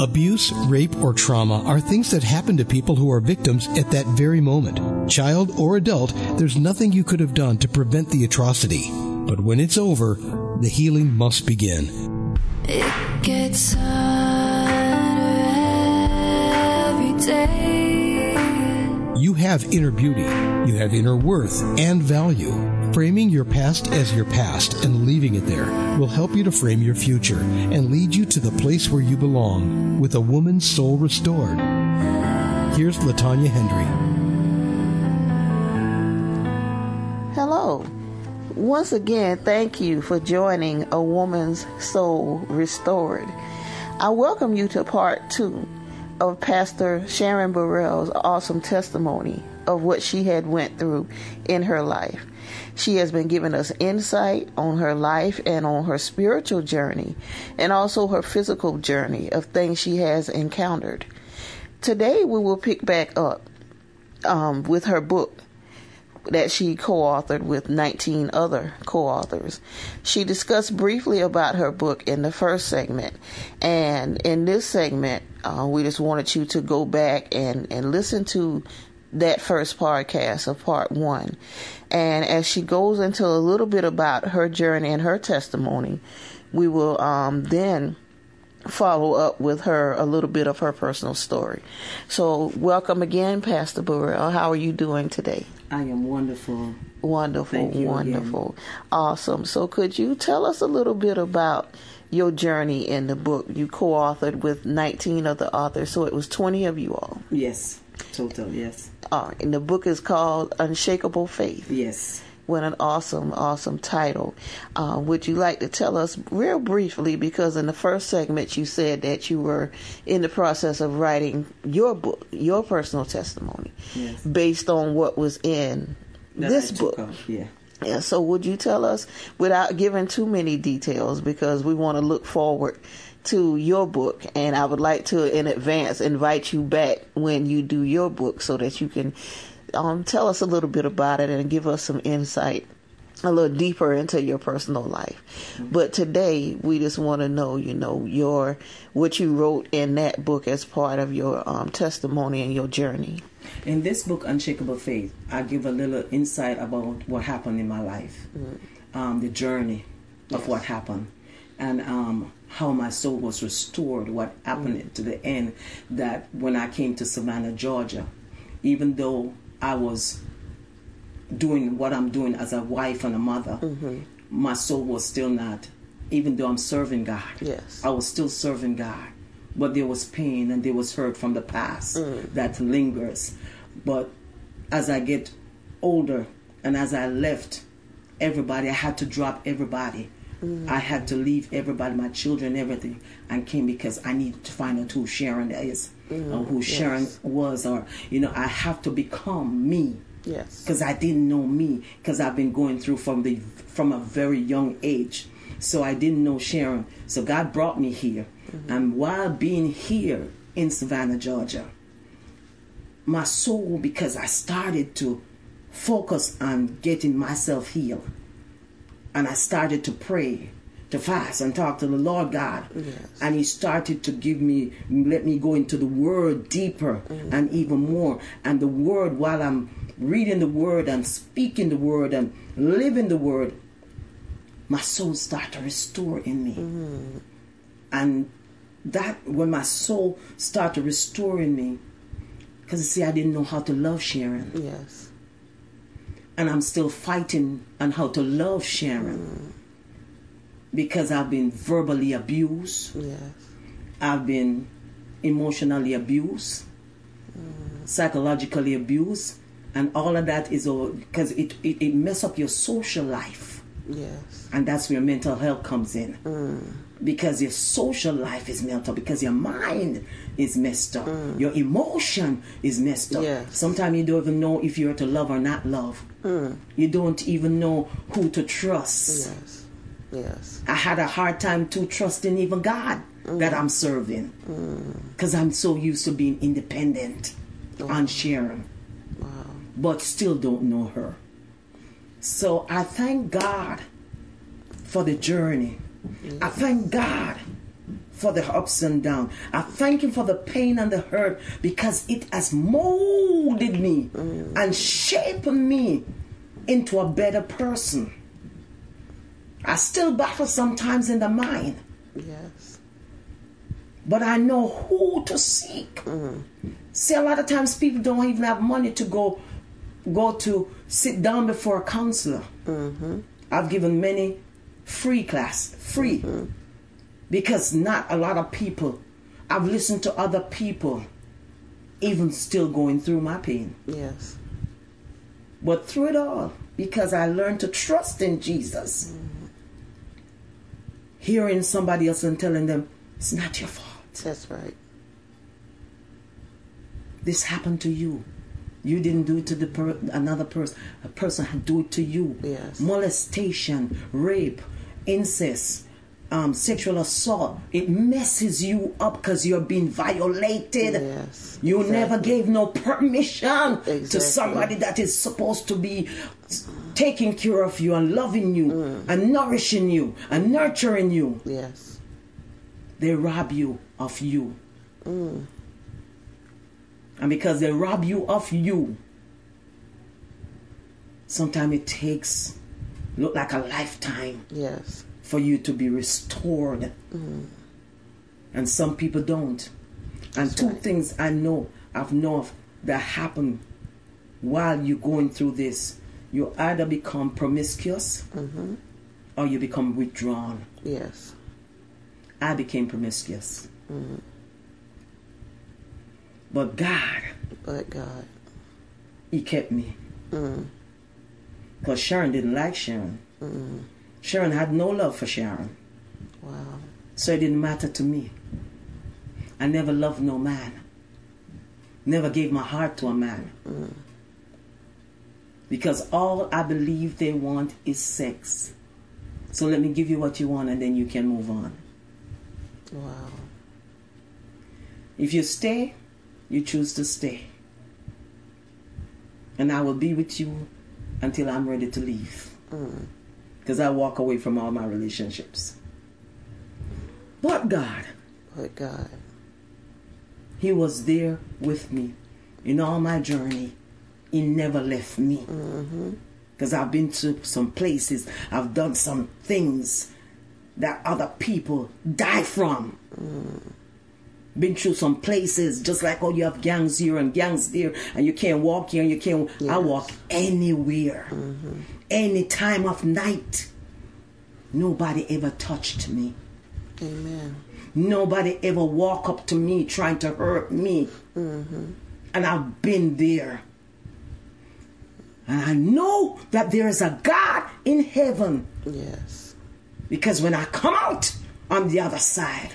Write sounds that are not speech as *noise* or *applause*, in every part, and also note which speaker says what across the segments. Speaker 1: Abuse, rape, or trauma are things that happen to people who are victims at that very moment. Child or adult, there's nothing you could have done to prevent the atrocity. But when it's over, the healing must begin.
Speaker 2: It gets harder every day.
Speaker 1: You have inner beauty, you have inner worth and value. Framing your past as your past and leaving it there will help you to frame your future and lead you to the place where you belong with a woman's soul restored. Here's Latanya Hendry.
Speaker 3: Hello. Once again, thank you for joining A Woman's Soul Restored. I welcome you to part two of Pastor Sharon Burrell's awesome testimony of what she had went through in her life. She has been giving us insight on her life and on her spiritual journey and also her physical journey of things she has encountered. Today we will pick back up um, with her book, that she co-authored with 19 other co-authors. She discussed briefly about her book in the first segment, and in this segment, uh, we just wanted you to go back and and listen to that first podcast of part one. And as she goes into a little bit about her journey and her testimony, we will um, then follow up with her a little bit of her personal story. So, welcome again, Pastor Burrell. How are you doing today?
Speaker 4: I am wonderful.
Speaker 3: Wonderful,
Speaker 4: Thank you again.
Speaker 3: wonderful, awesome. So, could you tell us a little bit about your journey in the book? You co-authored with 19 other authors, so it was 20 of you all.
Speaker 4: Yes. Total. Yes.
Speaker 3: Uh, and the book is called Unshakable Faith.
Speaker 4: Yes.
Speaker 3: What an awesome, awesome title! Uh, would you like to tell us real briefly? Because in the first segment, you said that you were in the process of writing your book, your personal testimony,
Speaker 4: Yes.
Speaker 3: based on what was in
Speaker 4: That
Speaker 3: this
Speaker 4: I took
Speaker 3: book.
Speaker 4: off, Yeah.
Speaker 3: Yeah, so would you tell us without giving too many details because we want to look forward to your book and I would like to in advance invite you back when you do your book so that you can um, tell us a little bit about it and give us some insight a little deeper into your personal life. But today we just want to know, you know, your what you wrote in that book as part of your um, testimony and your journey.
Speaker 4: In this book, Unshakable Faith, I give a little insight about what happened in my life,
Speaker 3: Mm.
Speaker 4: um, the journey of what happened, and um, how my soul was restored, what happened
Speaker 3: Mm.
Speaker 4: to the end, that when I came to Savannah, Georgia, even though I was doing what I'm doing as a wife and a mother, my soul was still not, even though I'm serving God.
Speaker 3: Yes.
Speaker 4: I was still serving God, but there was pain and there was hurt from the past that lingers. But as I get older and as I left everybody, I had to drop everybody. I had to leave everybody, my children, everything, and came because I needed to find out who Sharon is, or who Sharon was, or you know, I have to become me
Speaker 3: Yes.
Speaker 4: because I didn't know me because I've been going through from the from a very young age, so I didn't know Sharon. So God brought me here, and while being here in Savannah, Georgia, my soul because I started to focus on getting myself healed, and I started to pray. To fast and talk to the Lord God, and He started to give me, let me go into the Word deeper and even more. And the Word, while I'm reading the word and speaking the word and living the word, my soul started to restore in me. And that when my soul started restoring me, because see, I didn't know how to love Sharon,
Speaker 3: Yes.
Speaker 4: and I'm still fighting on how to love Sharon because I've been verbally abused.
Speaker 3: Yes.
Speaker 4: I've been emotionally abused, psychologically abused, and all of that is because it, it, it mess up your social life.
Speaker 3: Yes.
Speaker 4: And that's where mental health comes in.
Speaker 3: Mm.
Speaker 4: Because your social life is messed up, because your mind is messed up, your emotion is messed up.
Speaker 3: Mm. Yes. Mm.
Speaker 4: Sometimes you don't even know if you're to love or not love. You don't even know who to trust.
Speaker 3: Yes. Yes.
Speaker 4: I had a hard time to trusting even God that I'm serving because I'm so used to being independent on Sharon, but still don't know her. So I thank God for the journey. I thank God for the ups and downs. I thank Him for the pain and the hurt because it has molded me and shaped me into a better person. I still battle sometimes in the mind,
Speaker 3: Yes.
Speaker 4: but I know who to seek. See, a lot of times people don't even have money to go go to sit down before a counselor. I've given many free class, free, because not a lot of people. I've listened to other people, even still going through my pain.
Speaker 3: Yes.
Speaker 4: But through it all, because I learned to trust in Jesus, hearing somebody else and telling them, it's not your fault.
Speaker 3: That's right.
Speaker 4: This happened to you. You didn't do it to the per- another person. A person had do it to you.
Speaker 3: Yes.
Speaker 4: Molestation, rape, incest, um, sexual assault. It messes you up because you're being violated.
Speaker 3: Yes,
Speaker 4: You never
Speaker 3: exactly.
Speaker 4: gave no permission
Speaker 3: Exactly.
Speaker 4: to somebody that is supposed to be s- taking care of you and loving you
Speaker 3: Mm.
Speaker 4: and nourishing you and nurturing you.
Speaker 3: Yes.
Speaker 4: They rob you of you. And because they rob you of you, sometimes it takes look like a lifetime
Speaker 3: Yes.
Speaker 4: for you to be restored. And some people don't. And two
Speaker 3: right.
Speaker 4: things I know, I've known of that happen while you're going through this. You either become promiscuous or you become withdrawn.
Speaker 3: Yes.
Speaker 4: I became promiscuous. But God,
Speaker 3: But God.
Speaker 4: He kept me.
Speaker 3: Mm.
Speaker 4: Because Sharon didn't like Sharon. Sharon had no love for Sharon.
Speaker 3: Mm. Wow.
Speaker 4: So it didn't matter to me. I never loved no man. Never gave my heart to a man.
Speaker 3: Mm.
Speaker 4: Because all I believe they want is sex. So let me give you what you want and then you can move on.
Speaker 3: Wow.
Speaker 4: If you stay, you choose to stay. And I will be with you until I'm ready to leave. Because I walk away from all my relationships. But God,
Speaker 3: But God.
Speaker 4: He was there with me in all my journey. He never left me. Because I've been to some places, I've done some things that other people die from. Been through some places, just like oh, you have gangs here and gangs there, and you can't walk here and you can't. I walk anywhere, any time of night. Nobody ever touched me.
Speaker 3: Amen.
Speaker 4: Nobody ever walk up to me trying to hurt me. And I've been there. And I know that there is a God in heaven
Speaker 3: Yes.
Speaker 4: because when I come out on the other side,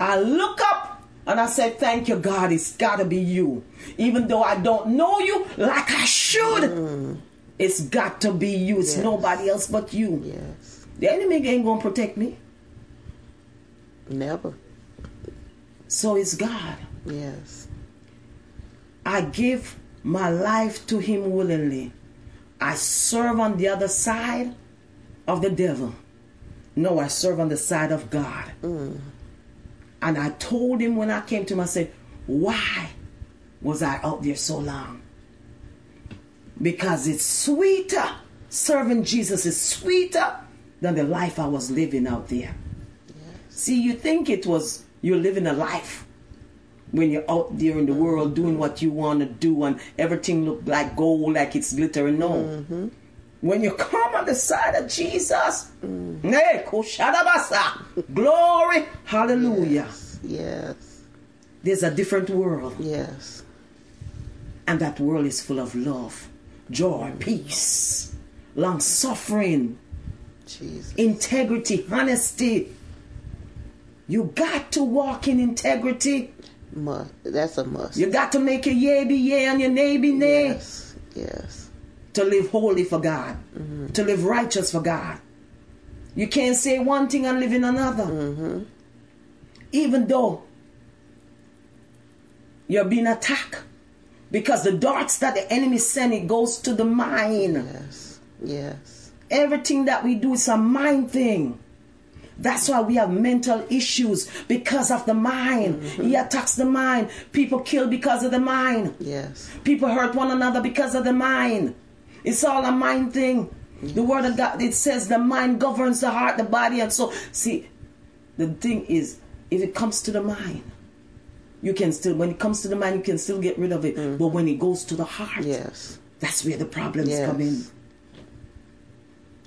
Speaker 4: I look up and I say, Thank you, God, it's got to be you. Even though I don't know you like I should, it's got to be you. It's nobody else but you.
Speaker 3: Yes.
Speaker 4: The enemy ain't going to protect me,
Speaker 3: Never.
Speaker 4: so it's God.
Speaker 3: Yes.
Speaker 4: I give my life to him willingly. I serve on the other side of the devil. No, I serve on the side of God. And I told him when I came to him, I said, Why was I out there so long? Because it's sweeter. Serving Jesus is sweeter than the life I was living out there. See, you think it was you're living a life when you're out there in the world doing what you want to do and everything look like gold, like it's glittering. No. When you come on the side of Jesus, hey, kushadabasa, glory, hallelujah.
Speaker 3: Yes.
Speaker 4: There's a different world,
Speaker 3: Yes.
Speaker 4: and that world is full of love, joy, peace, long suffering,
Speaker 3: Jesus.
Speaker 4: integrity, honesty. You got to walk in integrity.
Speaker 3: Must. That's a must.
Speaker 4: You got to make your yea be yea and your nay be nay.
Speaker 3: Yes. Yes.
Speaker 4: to live holy for God, to live righteous for God. You can't say one thing and live in another. Even though you're being attacked, because the darts that the enemy send it goes to the mind.
Speaker 3: Yes. Yes.
Speaker 4: Everything that we do is a mind thing. That's why we have mental issues because of the mind. He attacks the mind. People kill because of the mind.
Speaker 3: Yes.
Speaker 4: People hurt one another because of the mind. It's all a mind thing. The word of God it says the mind governs the heart, the body, and soul. See, the thing is, if it comes to the mind, you can still when it comes to the mind, you can still get rid of it. But when it goes to the heart,
Speaker 3: Mm. Yes.
Speaker 4: that's where the problems
Speaker 3: Yes.
Speaker 4: come in.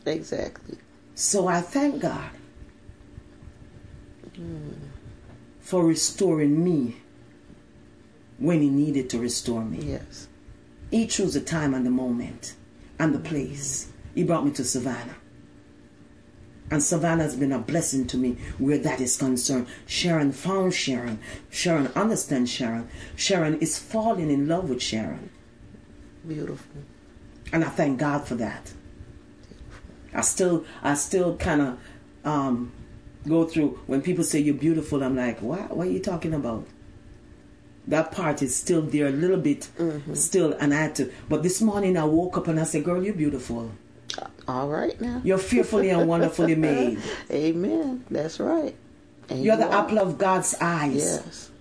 Speaker 3: Exactly.
Speaker 4: So I thank God
Speaker 3: Mm.
Speaker 4: for restoring me when He needed to restore me.
Speaker 3: Yes.
Speaker 4: He chose the time and the moment and the place. He brought me to Savannah. And Savannah's been a blessing to me where that is concerned. Sharon found Sharon. Sharon understands Sharon. Sharon is falling in love with Sharon.
Speaker 3: Beautiful.
Speaker 4: And I thank God for that. I still I still kind of um, go through when people say you're beautiful, I'm like, what? What are you talking about? That part is still there a little bit,
Speaker 3: Mm-hmm.
Speaker 4: still, and I had to. But this morning I woke up and I said, "Girl, you're beautiful.
Speaker 3: All right now.
Speaker 4: You're fearfully and
Speaker 3: *laughs*
Speaker 4: wonderfully made.
Speaker 3: Amen. That's right. And
Speaker 4: You're
Speaker 3: you
Speaker 4: the
Speaker 3: are.
Speaker 4: apple of God's eyes.
Speaker 3: Yes.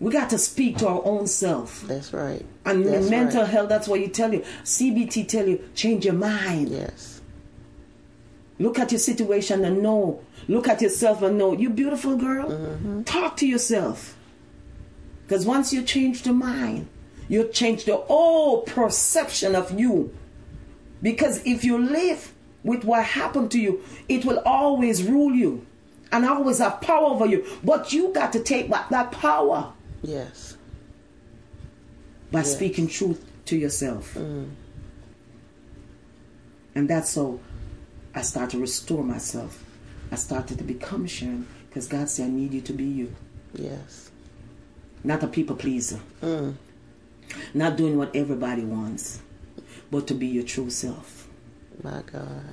Speaker 4: We got to speak to our own self
Speaker 3: That's right.
Speaker 4: and
Speaker 3: That's
Speaker 4: mental
Speaker 3: right.
Speaker 4: health. That's what you tell you. CBT tell you change your mind.
Speaker 3: Yes.
Speaker 4: Look at your situation and know. Look at yourself and know. You beautiful girl. Talk to yourself. Because once you change the mind, you change the whole perception of you. Because if you live with what happened to you, it will always rule you and always have power over you. But you got to take back that power
Speaker 3: Yes.
Speaker 4: by speaking truth to yourself. And that's how I start to restore myself. I started to become Sharon because God said, I need you to be you,
Speaker 3: Yes.
Speaker 4: not a people pleaser, not doing what everybody wants, but to be your true self.
Speaker 3: My God.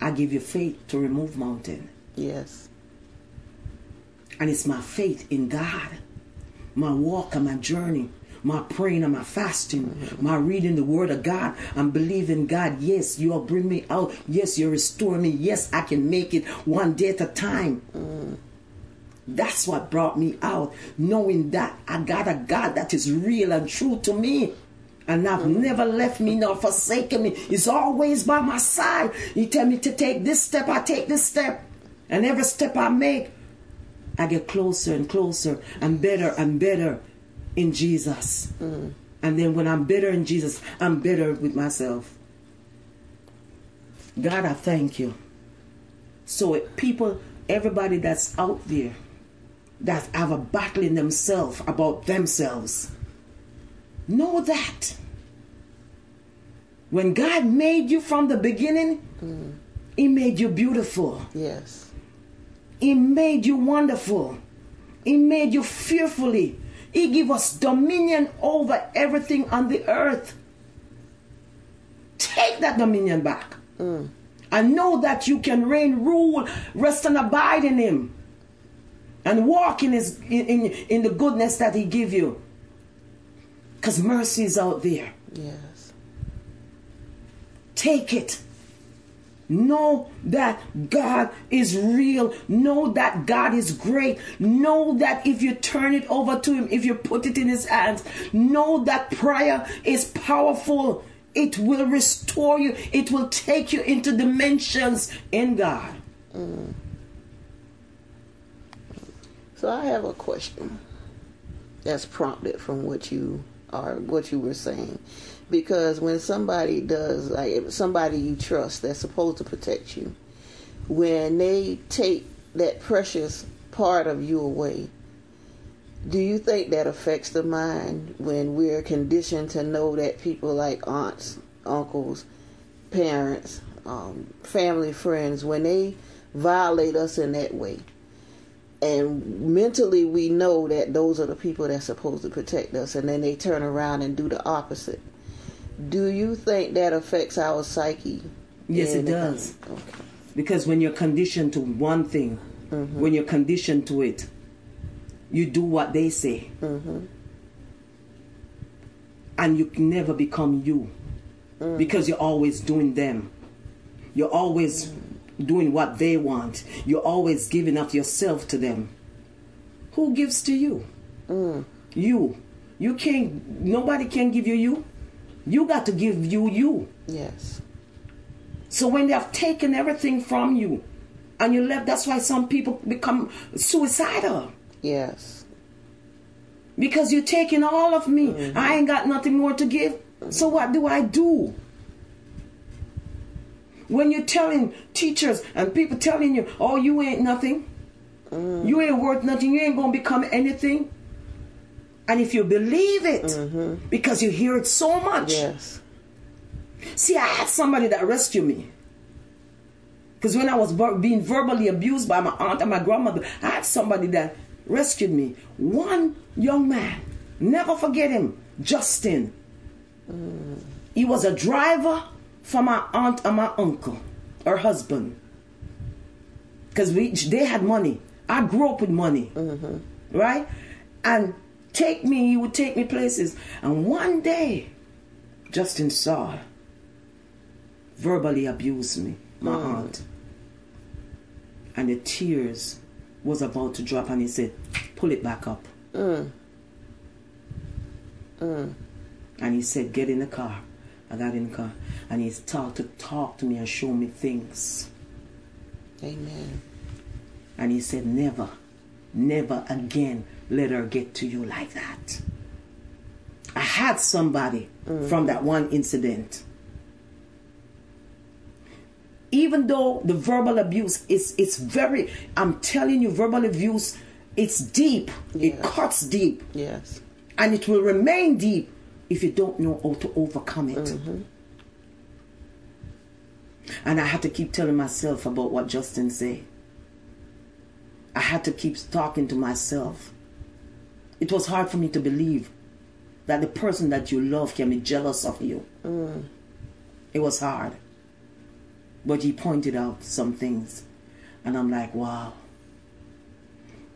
Speaker 4: I give you faith to remove mountain,
Speaker 3: Yes.
Speaker 4: and it's my faith in God, my walk and my journey. My praying and my fasting, my reading the word of God, I'm believing God. Yes, you'll bring me out. Yes, you'll restore me. Yes, I can make it one day at a time. That's what brought me out, knowing that I got a God that is real and true to me. And I've never left me nor forsaken me. He's always by my side. He tell me to take this step, I take this step. And every step I make, I get closer and closer and better and better in Jesus. And then when I'm better in Jesus, I'm better with myself. God, I thank you. So it- people, everybody that's out there that have a battle in themselves about themselves, know that. When God made you from the beginning, He made you beautiful.
Speaker 3: Yes.
Speaker 4: He made you wonderful. He made you fearfully. He gave us dominion over everything on the earth. Take that dominion back. And know that you can reign, rule, rest, and abide in Him. And walk in His in, in, in the goodness that He give you. Because mercy is out there.
Speaker 3: Yes.
Speaker 4: Take it. Know that God is real. Know that God is great. Know that if you turn it over to Him, if you put it in His hands, know that prayer is powerful. It will restore you, it will take you into dimensions in God.
Speaker 3: So I have a question that's prompted from what you are what you were saying. Because when somebody does like if somebody you trust that's supposed to protect you, when they take that precious part of you away, do you think that affects the mind when we're conditioned to know that people like aunts, uncles, parents, um, family, friends, when they violate us in that way, and mentally we know that those are the people that's supposed to protect us and then they turn around and do the opposite do you think that affects our psyche
Speaker 4: Yes, it
Speaker 3: And-
Speaker 4: does.
Speaker 3: okay
Speaker 4: Because when you're conditioned to one thing, when you're conditioned to it, you do what they say. And you can never become you because you're always doing them. You're always doing what they want. You're always giving up yourself to them. Who gives to you? You. You can't, nobody can give you you. You got to give you you.
Speaker 3: Yes.
Speaker 4: So when they have taken everything from you and you left, that's why some people become suicidal.
Speaker 3: Yes.
Speaker 4: Because you're taking all of me. I ain't got nothing more to give. So what do I do? When you're telling teachers and people telling you, oh, you ain't nothing, you ain't worth nothing, you ain't gonna become anything. And if you believe it, because you hear it so much,
Speaker 3: Yes.
Speaker 4: See, I had somebody that rescued me. Because when I was ver- being verbally abused by my aunt and my grandmother, I had somebody that rescued me. One young man, never forget him, Justin. He was a driver for my aunt and my uncle, her husband. Because we, they had money. I grew up with money, right? And take me, he would take me places. And one day, Justin saw verbally abused me, my aunt. And the tears was about to drop, and he said, "Pull it back up." And he said, "Get in the car." I got in the car, and he started to talk to me and show me things.
Speaker 3: Amen.
Speaker 4: And he said, Never, never again let her get to you like that. I had somebody from that one incident. Even though the verbal abuse is it's very I'm telling you, verbal abuse it's deep. It
Speaker 3: Yeah.
Speaker 4: cuts deep
Speaker 3: Yes.
Speaker 4: and it will remain deep if you don't know how to overcome it. And I had to keep telling myself about what Justin said. I had to keep talking to myself. It was hard for me to believe that the person that you love can be jealous of you. It was hard. But he pointed out some things. And I'm like, wow.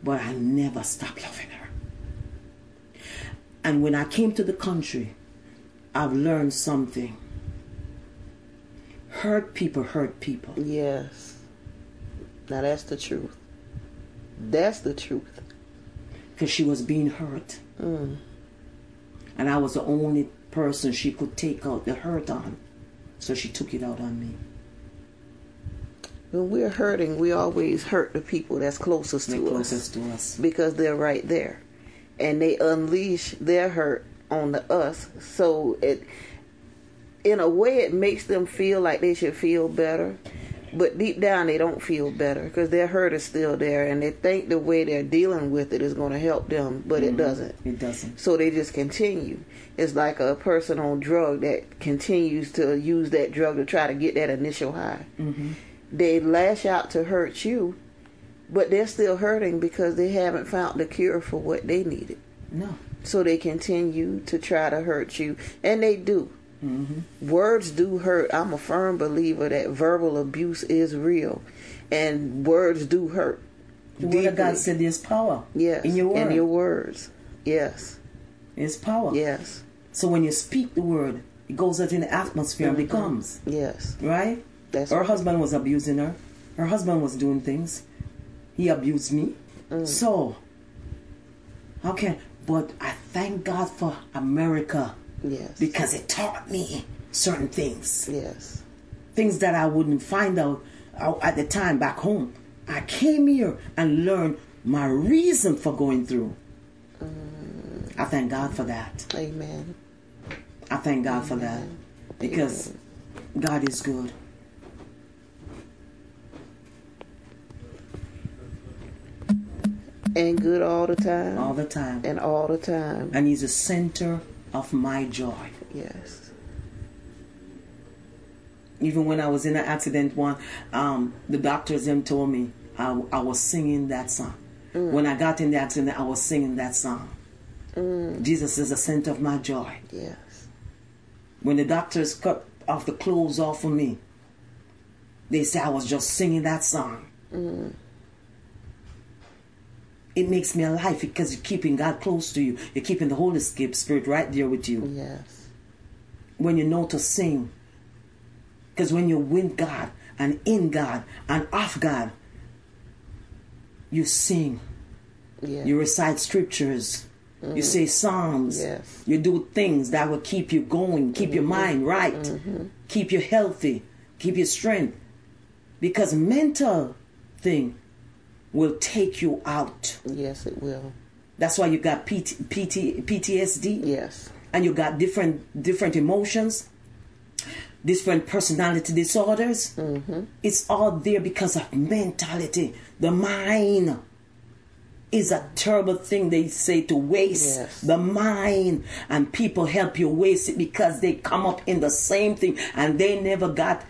Speaker 4: But I never stopped loving her. And when I came to the country, I've learned something. Hurt people hurt people.
Speaker 3: Yes. Now that's the truth. That's the truth.
Speaker 4: because she was being hurt.
Speaker 3: Mm.
Speaker 4: And I was the only person she could take out the hurt on. So she took it out on me.
Speaker 3: When we're hurting, we always hurt the people that's closest
Speaker 4: The
Speaker 3: to us
Speaker 4: closest to us.
Speaker 3: because they're right there, and they unleash their hurt on the us. So it, in a way, it makes them feel like they should feel better, but deep down they don't feel better because their hurt is still there, and they think the way they're dealing with it is going to help them, but it doesn't.
Speaker 4: Mm-hmm. It doesn't.
Speaker 3: So they just continue. It's like a person on drug that continues to use that drug to try to get that initial high.
Speaker 4: Mm-hmm.
Speaker 3: They lash out to hurt you, but they're still hurting because they haven't found the cure for what they needed.
Speaker 4: No.
Speaker 3: So they continue to try to hurt you, and they do.
Speaker 4: Mm-hmm.
Speaker 3: Words do hurt. I'm a firm believer that verbal abuse is real, and words do hurt.
Speaker 4: The word of
Speaker 3: deeply.
Speaker 4: God said there's power.
Speaker 3: yes,
Speaker 4: In your word.
Speaker 3: in your words, yes,
Speaker 4: There's power.
Speaker 3: yes,
Speaker 4: So when you speak the word, it goes out in the atmosphere and becomes.
Speaker 3: yes.
Speaker 4: Right?
Speaker 3: Mm-hmm. That's
Speaker 4: her
Speaker 3: right.
Speaker 4: husband was abusing her. Her husband was doing things. He abused me.
Speaker 3: Mm.
Speaker 4: So okay. But I thank God for America.
Speaker 3: Yes.
Speaker 4: because it taught me certain things,
Speaker 3: yes.
Speaker 4: things that I wouldn't find out out at the time back home. I came here and learned my reason for going through. I thank God for that.
Speaker 3: Amen.
Speaker 4: I thank God for that because God is good.
Speaker 3: And good all the time.
Speaker 4: all the time,
Speaker 3: and all the time.
Speaker 4: and He's the center of my joy.
Speaker 3: Yes.
Speaker 4: even when I was in an accident one, um, the doctors them told me I, I was singing that song. When I got in the accident, I was singing that song. Jesus is the center of my joy.
Speaker 3: Yes.
Speaker 4: When the doctors cut off the clothes off of me, they say I was just singing that song. It makes me alive because you're keeping God close to you. You're keeping the Holy Spirit right there with
Speaker 3: Mm-hmm.
Speaker 4: you
Speaker 3: Yes.
Speaker 4: when you know to sing. Because when you win God and in God and of God. You sing,
Speaker 3: Yeah.
Speaker 4: you recite scriptures, you say psalms,
Speaker 3: Yes.
Speaker 4: you do things that will keep you going, keep your mind right, keep you healthy, keep your strength. Because mental thing will take you out.
Speaker 3: yes, it will.
Speaker 4: That's why you got PT, PT, PTSD
Speaker 3: Yes.
Speaker 4: and you got different different emotions different personality disorders it's all there because of mentality the mind is a terrible thing they say to waste
Speaker 3: Yes.
Speaker 4: the mind and people help you waste it because they come up in the same thing and they never got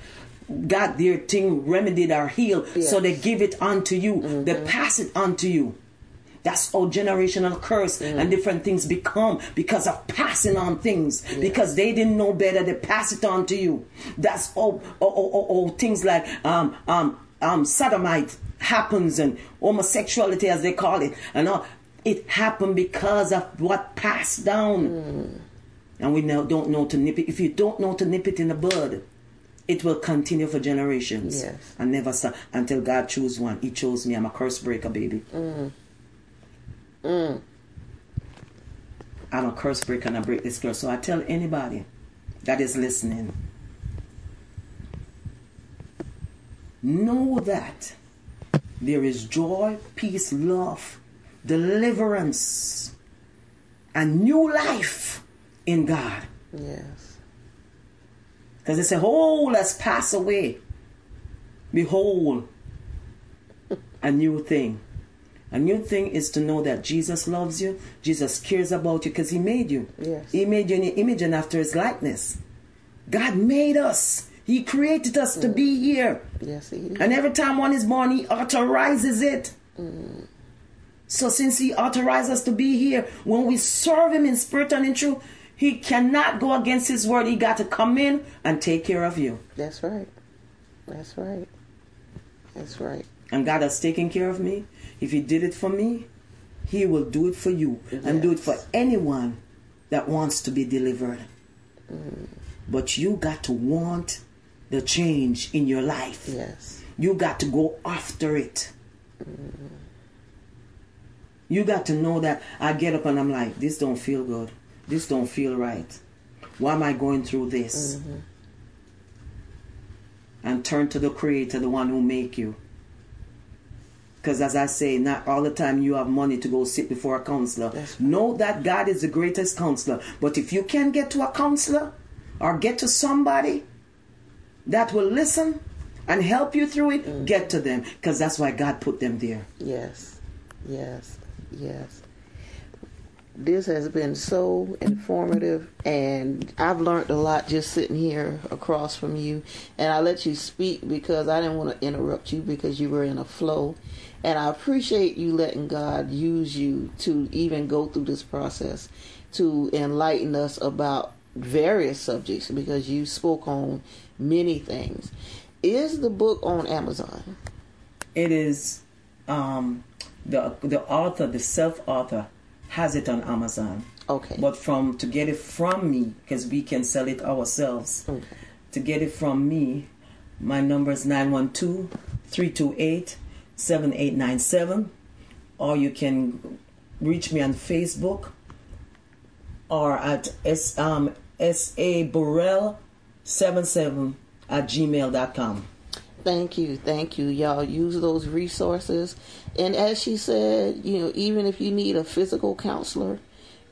Speaker 4: got their thing remedied or healed so
Speaker 3: Yes.
Speaker 4: they give it unto you they pass it unto you that's how generational curse and different things become because of passing on things. Because they didn't know better, they pass it on to you. That's how, how, how- how- how things like um, um, um, sodomite happens and homosexuality, as they call it, and all. It happened because of what passed down. And we now don't know to nip it. If you don't know to nip it in the bud, it will continue for generations.
Speaker 3: Yes.
Speaker 4: And never stop until God choose one. He chose me. I'm a curse breaker, baby. I'm a curse breaker and I break this curse. So I tell anybody that is listening know that there is joy, peace, love, deliverance, and new life in God.
Speaker 3: Yes.
Speaker 4: Because they say, Oh, let's pass away. Behold, a new thing. A new thing is to know that Jesus loves you, Jesus cares about you because He made you.
Speaker 3: Yes.
Speaker 4: He made you in His image and after His likeness. God made us, He created us to be here.
Speaker 3: Yes, it is.
Speaker 4: And every time one is born, He authorizes it. So since He authorized us to be here, when we serve Him in spirit and in truth, He cannot go against His word. He got to come in and take care of you.
Speaker 3: That's right. That's right. That's right.
Speaker 4: And God has taken care of me. If He did it for me, He will do it for you and do it for anyone that wants to be delivered. But you got to want the change in your life.
Speaker 3: Yes.
Speaker 4: You got to go after it. You got to know that I get up and I'm like, this don't feel good. This don't feel right. Why am I going through this?
Speaker 3: Mm-hmm.
Speaker 4: And turn to the creator, the one who make you. Because as I say, not all the time you have money to go sit before a counselor.
Speaker 3: That's right.
Speaker 4: Know that God is the greatest counselor. But if you can't get to a counselor or get to somebody, that will listen and help you through it,
Speaker 3: Mm.
Speaker 4: get to them because that's why God put them there.
Speaker 3: Yes. Yes. Yes. This has been so informative, and I've learned a lot just sitting here across from you. And I let you speak because I didn't want to interrupt you because you were in a flow. And I appreciate you letting God use you to even go through this process to enlighten us about various subjects because you spoke on many things. Is the book on Amazon?
Speaker 4: It is um, the the author, the self author, has it on Amazon.
Speaker 3: Okay.
Speaker 4: But from to get it from me, because we can sell it ourselves. To get it from me, my number is 912-328-7897. Or you can reach me on Facebook or at S um S A Burrell seven seven at gmail.com.
Speaker 3: Thank you, thank you, y'all. Use those resources, and as she said, you know, even if you need a physical counselor,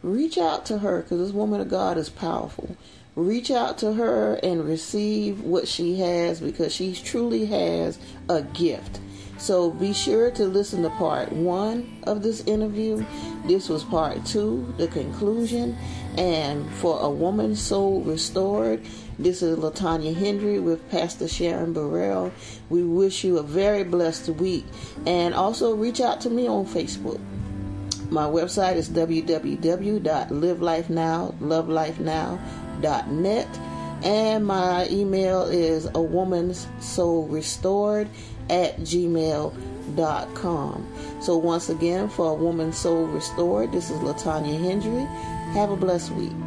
Speaker 3: reach out to her because this woman of God is powerful. Reach out to her and receive what she has because she truly has a gift. So be sure to listen to part one of this interview. This was part two, the conclusion. And for A Woman's Soul Restored, this is Latanya Hendry with Pastor Sharon Burrell. We wish you a very blessed week. And also reach out to me on Facebook. My website is www.livelifenowlovelifenow.net. And my email is a woman's soul restored at gmail.com. So, once again, for a woman's soul restored, this is Latanya Hendry. Have a blessed week.